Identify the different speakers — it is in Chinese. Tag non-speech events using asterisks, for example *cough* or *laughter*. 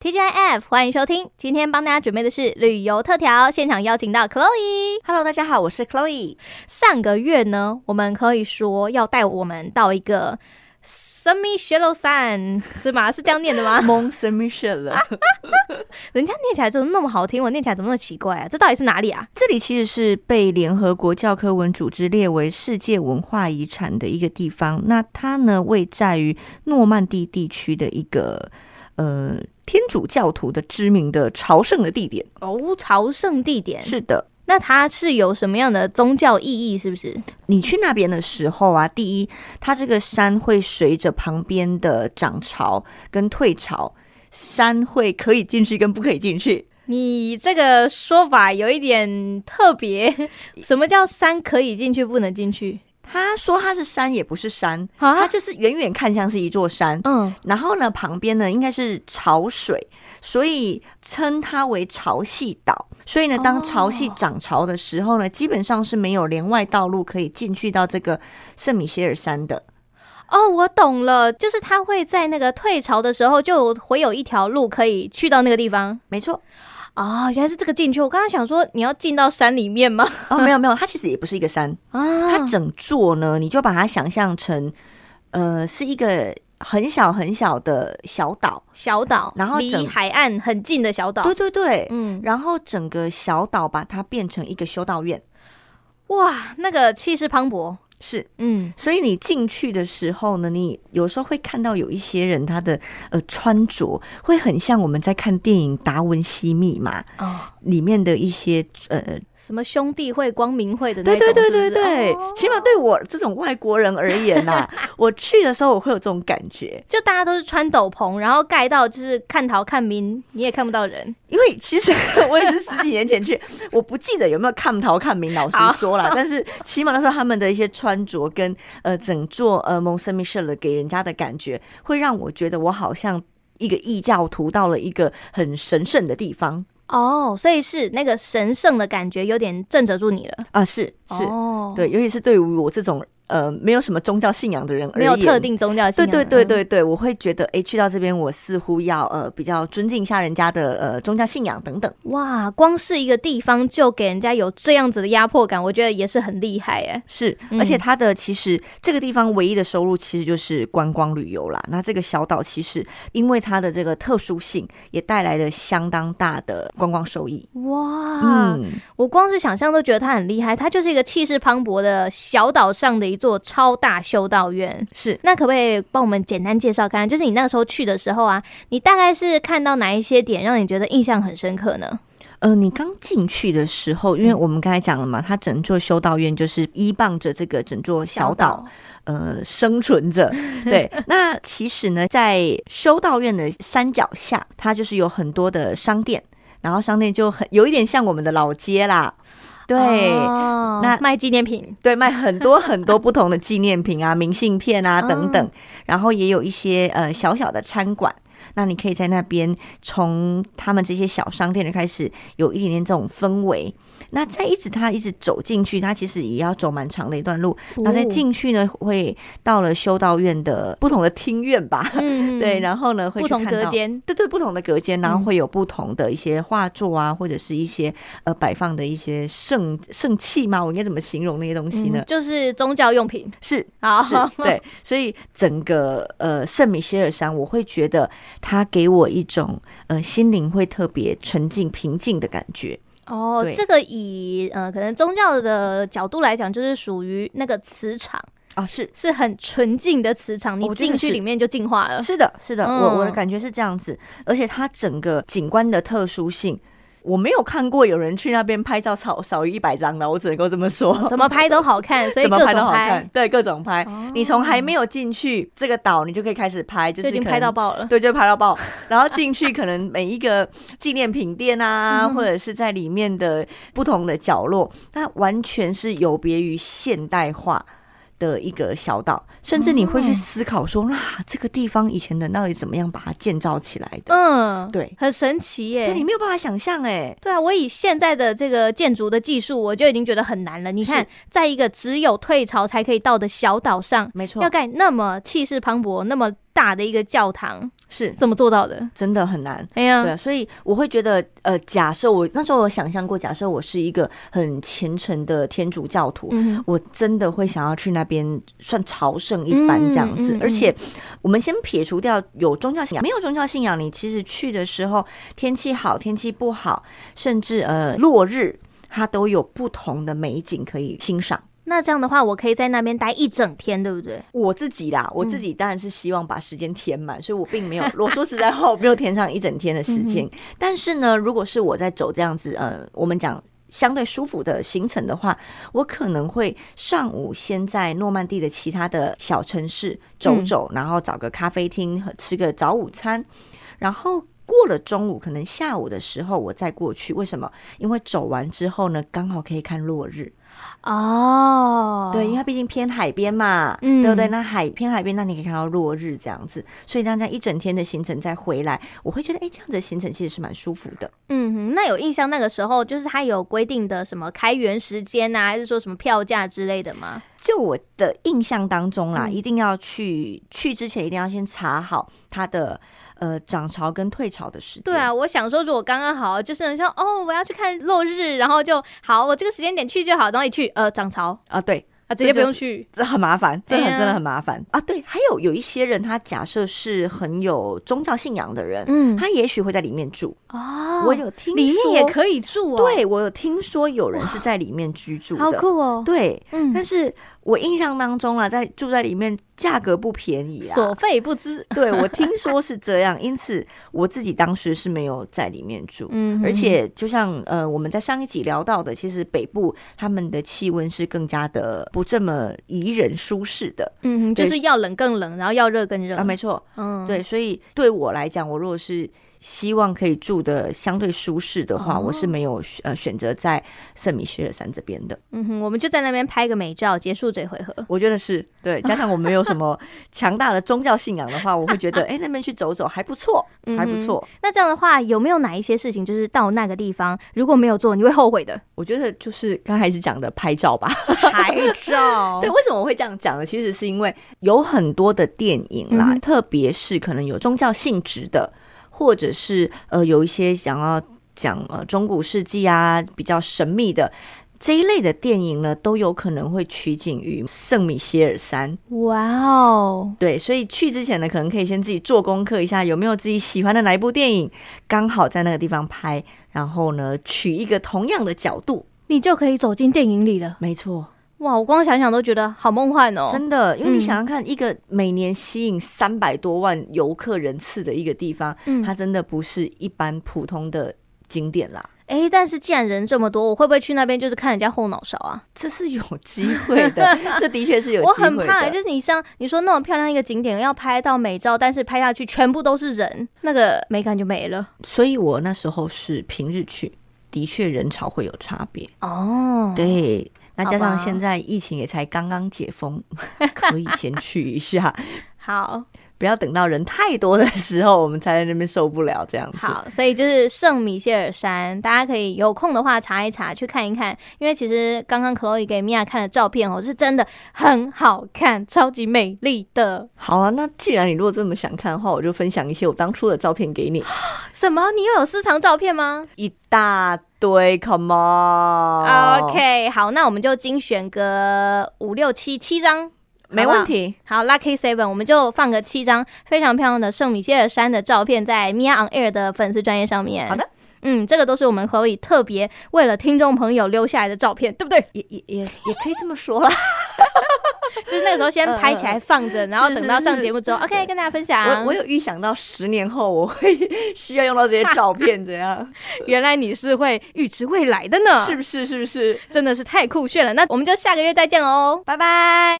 Speaker 1: TGIF，欢迎收听。今天帮大家准备的是旅游特调，现场邀请到 Chloe。
Speaker 2: Hello，大家好，我是 Chloe。
Speaker 1: 上个月呢，我们 Chloe 说要带我们到一个 Semi Shallow Sun，是吗？ *laughs* 是这样念的吗？
Speaker 2: 蒙 s m i c h e l
Speaker 1: 人家念起来怎么那么好听，我念起来怎么那么奇怪啊？这到底是哪里啊？
Speaker 2: *laughs* 这里其实是被联合国教科文组织列为世界文化遗产的一个地方。那它呢，位在于诺曼底地区的一个呃天主教徒的知名的朝圣的地点。
Speaker 1: 哦，朝圣地点。
Speaker 2: 是的，
Speaker 1: 那它是有什么样的宗教意义？是不是？
Speaker 2: 你去那边的时候啊，第一，它这个山会随着旁边的涨潮跟退潮，山会可以进去跟不可以进去。
Speaker 1: 你这个说法有一点特别。 *laughs* 什么叫山可以进去，不能进去？
Speaker 2: 他说它是山，也不是山，它
Speaker 1: 啊？
Speaker 2: 就是远远看像是一座山，
Speaker 1: 嗯，
Speaker 2: 然后呢，旁边呢应该是潮水，所以称它为潮汐岛。所以呢，当潮汐
Speaker 1: 哦
Speaker 2: 涨潮的时候呢，基本上是没有连外道路可以进去到这个圣米歇尔山的。
Speaker 1: 哦，我懂了，就是他会在那个退潮的时候，就会有一条路可以去到那个地方。
Speaker 2: 没错，
Speaker 1: 哦，原来是这个进去。我刚刚想说，你要进到山里面吗？ *laughs*
Speaker 2: 哦，没有没有，它其实也不是一个山，
Speaker 1: 啊
Speaker 2: 它整座呢，你就把它想象成，呃，是一个很小很小的小岛。
Speaker 1: 小岛，
Speaker 2: 然后
Speaker 1: 离
Speaker 2: 整
Speaker 1: 海岸很近的小岛。
Speaker 2: 对对对，
Speaker 1: 嗯，
Speaker 2: 然后整个小岛把它变成一个修道院，
Speaker 1: 哇，那个气势磅礴。
Speaker 2: 是
Speaker 1: 嗯，
Speaker 2: 所以你进去的时候呢，你有时候会看到有一些人他的呃穿着会很像我们在看电影《达文西密码》
Speaker 1: 哦，
Speaker 2: 里面的一些呃，
Speaker 1: 什么兄弟会、光明会的那种，
Speaker 2: 对对对对
Speaker 1: 是不是
Speaker 2: 对，
Speaker 1: 哦
Speaker 2: 起码对我这种外国人而言呐、
Speaker 1: *laughs*
Speaker 2: 我去的时候我会有这种感觉，
Speaker 1: 就大家都是穿斗篷，然后盖到就是看桃看明，你也看不到人。
Speaker 2: 因为
Speaker 1: *laughs*
Speaker 2: 其实我也是十几年前去，我不记得有没有看陶看明老师
Speaker 1: 好
Speaker 2: 说啦，但是起码那时候他们的一些穿着跟呃整座呃蒙圣米舍勒给人家的感觉，会让我觉得我好像一个异教徒到了一个很神圣的地方
Speaker 1: 哦，所以是那个神圣的感觉有点震慑住你了。
Speaker 2: 啊，是是，
Speaker 1: 哦
Speaker 2: 对，尤其是对于我这种呃没有什么宗教信仰的人而
Speaker 1: 没
Speaker 2: 言，
Speaker 1: 有特。定宗教信
Speaker 2: 对
Speaker 1: 仰
Speaker 2: 对
Speaker 1: 的。
Speaker 2: 对
Speaker 1: 嗯
Speaker 2: 对对，我会觉得，哎，去到这边，我似乎要呃比较尊敬一下人家的呃宗教信仰等等。
Speaker 1: 哇，光是一个地方就给人家有这样子的压迫感，我觉得也是很厉害哎。
Speaker 2: 是，
Speaker 1: 嗯
Speaker 2: 而且它的其实这个地方唯一的收入其实就是观光旅游啦。那这个小岛其实因为它的这个特殊性，也带来了相当大的观光收益。
Speaker 1: 哇，
Speaker 2: 嗯，
Speaker 1: 我光是想象都觉得它很厉害，它就是一个气势磅礴的小岛上的一座超大修道院。
Speaker 2: 是。
Speaker 1: 那可不可以帮我们简单介绍看看？就是你那个时候去的时候啊，你大概是看到哪一些点让你觉得印象很深刻呢？
Speaker 2: 呃，你刚进去的时候，因为我们刚才讲了嘛，它整座修道院就是依傍着这个整座小岛，呃生存 *laughs* 着。对，那其实呢，在修道院的山脚下，它就是有很多的商店，然后商店就很有一点像我们的老街啦。对，
Speaker 1: 哦
Speaker 2: 那
Speaker 1: 卖纪念品
Speaker 2: 对，卖很多很多不同的纪念
Speaker 1: *laughs*
Speaker 2: 品啊、明信片啊等
Speaker 1: 嗯
Speaker 2: 等，然后也有一些呃小小的餐馆。那你可以在那边从他们这些小商店的开始，有一点点这种氛围。那再一直他一直走进去，他其实也要走蛮长的一段路。那再
Speaker 1: 哦
Speaker 2: 进去呢，会到了修道院的不同的厅院吧？
Speaker 1: 嗯
Speaker 2: 对，然后呢会
Speaker 1: 不
Speaker 2: 去
Speaker 1: 同
Speaker 2: 看
Speaker 1: 隔
Speaker 2: 到
Speaker 1: 间
Speaker 2: 对对，不同的隔间，然
Speaker 1: 嗯
Speaker 2: 后会有不同的一些画作啊，或者是一些呃摆放的一些圣圣器吗？我应该怎么形容那些东西呢？
Speaker 1: 嗯就是宗教用品。
Speaker 2: 是
Speaker 1: 好，
Speaker 2: 是，对，所以整个呃圣米歇尔山，我会觉得它给我一种呃心灵会特别沉静平静的感觉。
Speaker 1: 哦，
Speaker 2: 对
Speaker 1: 这个以呃可能宗教的角度来讲，就是属于那个磁场
Speaker 2: 啊，是
Speaker 1: 是很纯净的磁场，你
Speaker 2: 哦我觉得
Speaker 1: 进去
Speaker 2: 是
Speaker 1: 里面就净化了。
Speaker 2: 是的，是的，我我的
Speaker 1: 呃嗯
Speaker 2: 感觉是这样子，而且它整个景观的特殊性。我没有看过有人去那边拍照少少于一百张的，我只能够这么说。
Speaker 1: 哦怎么拍都好看，所以
Speaker 2: *laughs* 怎么
Speaker 1: 各种哦
Speaker 2: 拍都好看，对，各种拍。你从还没有进去这个岛，你就可以开始拍，就
Speaker 1: 就是已经
Speaker 2: 可
Speaker 1: 拍
Speaker 2: 能
Speaker 1: 到爆了。
Speaker 2: 对，就拍
Speaker 1: *laughs*
Speaker 2: 到爆。然后进去可能每一个纪念品店啊，
Speaker 1: 嗯
Speaker 2: 或者是在里面的不同的角落，它完全是有别于现代化。的一个小岛，甚至你会去
Speaker 1: 哦
Speaker 2: 思考说，那、这个地方以前人到底怎么样把它建造起来的？
Speaker 1: 嗯，
Speaker 2: 对，
Speaker 1: 很神奇
Speaker 2: 对你
Speaker 1: 耶。
Speaker 2: 没有办法想象哎、
Speaker 1: 对啊，我以现在的这个建筑的技术，我就已经觉得很难了。你看
Speaker 2: 是，
Speaker 1: 在一个只有退潮才可以到的小岛上，
Speaker 2: 没错
Speaker 1: 要，盖那么气势磅礴、那么大的一个教堂，
Speaker 2: 是
Speaker 1: 怎么做到的？
Speaker 2: 真的很难。
Speaker 1: 哎
Speaker 2: 对、
Speaker 1: 呀，
Speaker 2: 啊，所以我会觉得，呃，假设我那时候我想象过，假设我是一个很虔诚的天主教徒，
Speaker 1: 嗯
Speaker 2: 我真的会想要去那边算朝圣一番这样子。
Speaker 1: 嗯嗯嗯
Speaker 2: 而且，我们先撇除掉有宗教信仰，没有宗教信仰，你其实去的时候，天气好，天气不好，甚至呃落日，它都有不同的美景可以欣赏。
Speaker 1: 那这样的话，我可以在那边待一整天，对不对？
Speaker 2: 我自己啦，我自己当然是希望把时间填满，所以我并没有，我说实在话，我没有填上一整天的时间。但是呢，如果是我在走这样子，呃，我们讲。相对舒服的行程的话，我可能会上午先在诺曼底的其他的小城市走走，然后找个咖啡厅和吃个早午餐，然后过了中午，可能下午的时候我再过去。为什么？因为走完之后呢，刚好可以看落日。
Speaker 1: 哦，
Speaker 2: 对，因为它毕竟偏海边嘛，
Speaker 1: 嗯
Speaker 2: 对不对？那海偏海边，那你可以看到落日这样子，所以这样一整天的行程再回来，我会觉得，哎，这样子的行程其实是蛮舒服的。
Speaker 1: 嗯哼，那有印象那个时候就是它有规定的什么开园时间啊，还是说什么票价之类的吗？
Speaker 2: 就我的印象当中啦，
Speaker 1: 嗯
Speaker 2: 一定要去去之前一定要先查好它的呃涨潮跟退潮的时间。
Speaker 1: 对啊，我想说，如果刚刚好，就是你说哦，我要去看落日，然后就好，我这个时间点去就好，然后一去，呃，涨潮
Speaker 2: 啊，对，
Speaker 1: 啊，直接不
Speaker 2: 这就是
Speaker 1: 用去。
Speaker 2: 这很麻烦，真的
Speaker 1: 哎
Speaker 2: 很
Speaker 1: 呀
Speaker 2: 真的很麻烦啊。对，还有有一些人，他假设是很有宗教信仰的人，
Speaker 1: 嗯，
Speaker 2: 他也许会在里面住。
Speaker 1: 哦，
Speaker 2: 我有听
Speaker 1: 里面
Speaker 2: 说
Speaker 1: 也可以住哦，，
Speaker 2: 对我有听说有人是在里面居住
Speaker 1: 好
Speaker 2: 的，
Speaker 1: 酷哦。
Speaker 2: 对，
Speaker 1: 嗯
Speaker 2: 但是我印象当中啊，在住在里面价格不便宜
Speaker 1: 所
Speaker 2: 啊。
Speaker 1: 费不知。
Speaker 2: 对，我听说是这样，因此我自己当时是没有在里面住。
Speaker 1: 嗯
Speaker 2: 而且，就像呃，我们在上一集聊到的，其实北部他们的气温是更加的不这么宜人舒适的
Speaker 1: 嗯，就
Speaker 2: 对
Speaker 1: 是要冷更冷，然后要热更热
Speaker 2: 啊，。没错，
Speaker 1: 嗯，
Speaker 2: 对，所以对我来讲，我如果是希望可以住的相对舒适的话，
Speaker 1: 哦
Speaker 2: 我是没有呃选择在圣米歇尔山这边的。
Speaker 1: 嗯哼，我们就在那边拍个美照，结束这回合。
Speaker 2: 我觉得是对，加上我没有什么强大的宗教信仰的话，我会觉得，哎、那边去走走还不 *laughs* 错，还不错。
Speaker 1: 那这样的话，有没有哪一些事情就是到那个地方如果没有做，你会后悔的？
Speaker 2: 我觉得就是刚开始讲的拍照吧。
Speaker 1: 拍 *laughs* 照
Speaker 2: 对，为什么我会这样讲呢？其实是因为有很多的电影啦，
Speaker 1: 嗯哼
Speaker 2: 特别是可能有宗教性质的，或者是呃有一些想要讲呃中古世纪啊比较神秘的。这一类的电影呢，都有可能会取景于圣米歇尔山。
Speaker 1: 哇哦，
Speaker 2: 对，所以去之前呢，可能可以先自己做功课一下，有没有自己喜欢的哪一部电影，刚好在那个地方拍，然后呢，取一个同样的角度。
Speaker 1: 你就可以走进电影里了。
Speaker 2: 没错，
Speaker 1: 哇，我光想想都觉得好梦幻哦。
Speaker 2: 真的，因为你
Speaker 1: 嗯
Speaker 2: 想想看，一个每年吸引三百多万游客人次的一个地方，
Speaker 1: 嗯
Speaker 2: 它真的不是一般普通的景
Speaker 1: *laughs*
Speaker 2: 点啦。
Speaker 1: 哎、但是既然人这么多，我会不会去那边就是看人家后脑勺啊？
Speaker 2: 这是有机会
Speaker 1: *laughs*
Speaker 2: 的，这的确是有机
Speaker 1: 我
Speaker 2: 会的。
Speaker 1: 很怕、就是你像你说那么漂亮一个景点，要拍到美照，但是拍下去全部都是人，那个美感就没了。
Speaker 2: 所以我那时候是平日去，的确人潮会有差别。
Speaker 1: 哦，
Speaker 2: 对，那
Speaker 1: 好
Speaker 2: 加上
Speaker 1: 吧
Speaker 2: 现在疫情也才刚刚解封， *laughs* 可以先去一下， *laughs*
Speaker 1: 好
Speaker 2: 不要等到人太多的时候，我们才在那边受不了这样子。
Speaker 1: 好，所以就是圣米歇尔山，大家可以有空的话查一查，去看一看，因为其实刚刚 Chloe 给 Mia 看的照片哦，是真的很好看，超级美丽的。
Speaker 2: 好啊，那既然你如果这么想看的话，我就分享一些我当初的照片给你，
Speaker 1: 什么？你又有私藏照片吗、
Speaker 2: 一大堆，Come on。
Speaker 1: o k 好，那我们就精选个五六七七张。
Speaker 2: 没问题。
Speaker 1: 好，Lucky Seven，我们就放个七张非常漂亮的圣米歇尔山的照片在 Mia on Air 的粉丝专业上面。
Speaker 2: 好的，
Speaker 1: 嗯，这个都是我们 Chloe 特别为了听众朋友留下来的照片，对不对？
Speaker 2: 也也也也可以这么
Speaker 1: *laughs*
Speaker 2: 说啦。
Speaker 1: 就是那个时候先拍起来放着，然后等到上节目之后
Speaker 2: 是是
Speaker 1: ，OK 跟大家分享。
Speaker 2: 我我有预想到十年后我会 *laughs* 需要用到这些照片，
Speaker 1: *laughs*
Speaker 2: 怎样？
Speaker 1: 原来你是会预知未来的呢，
Speaker 2: 是不是？是不是？
Speaker 1: 哦真的是太酷炫了。那我们就下个月再见喽，拜拜。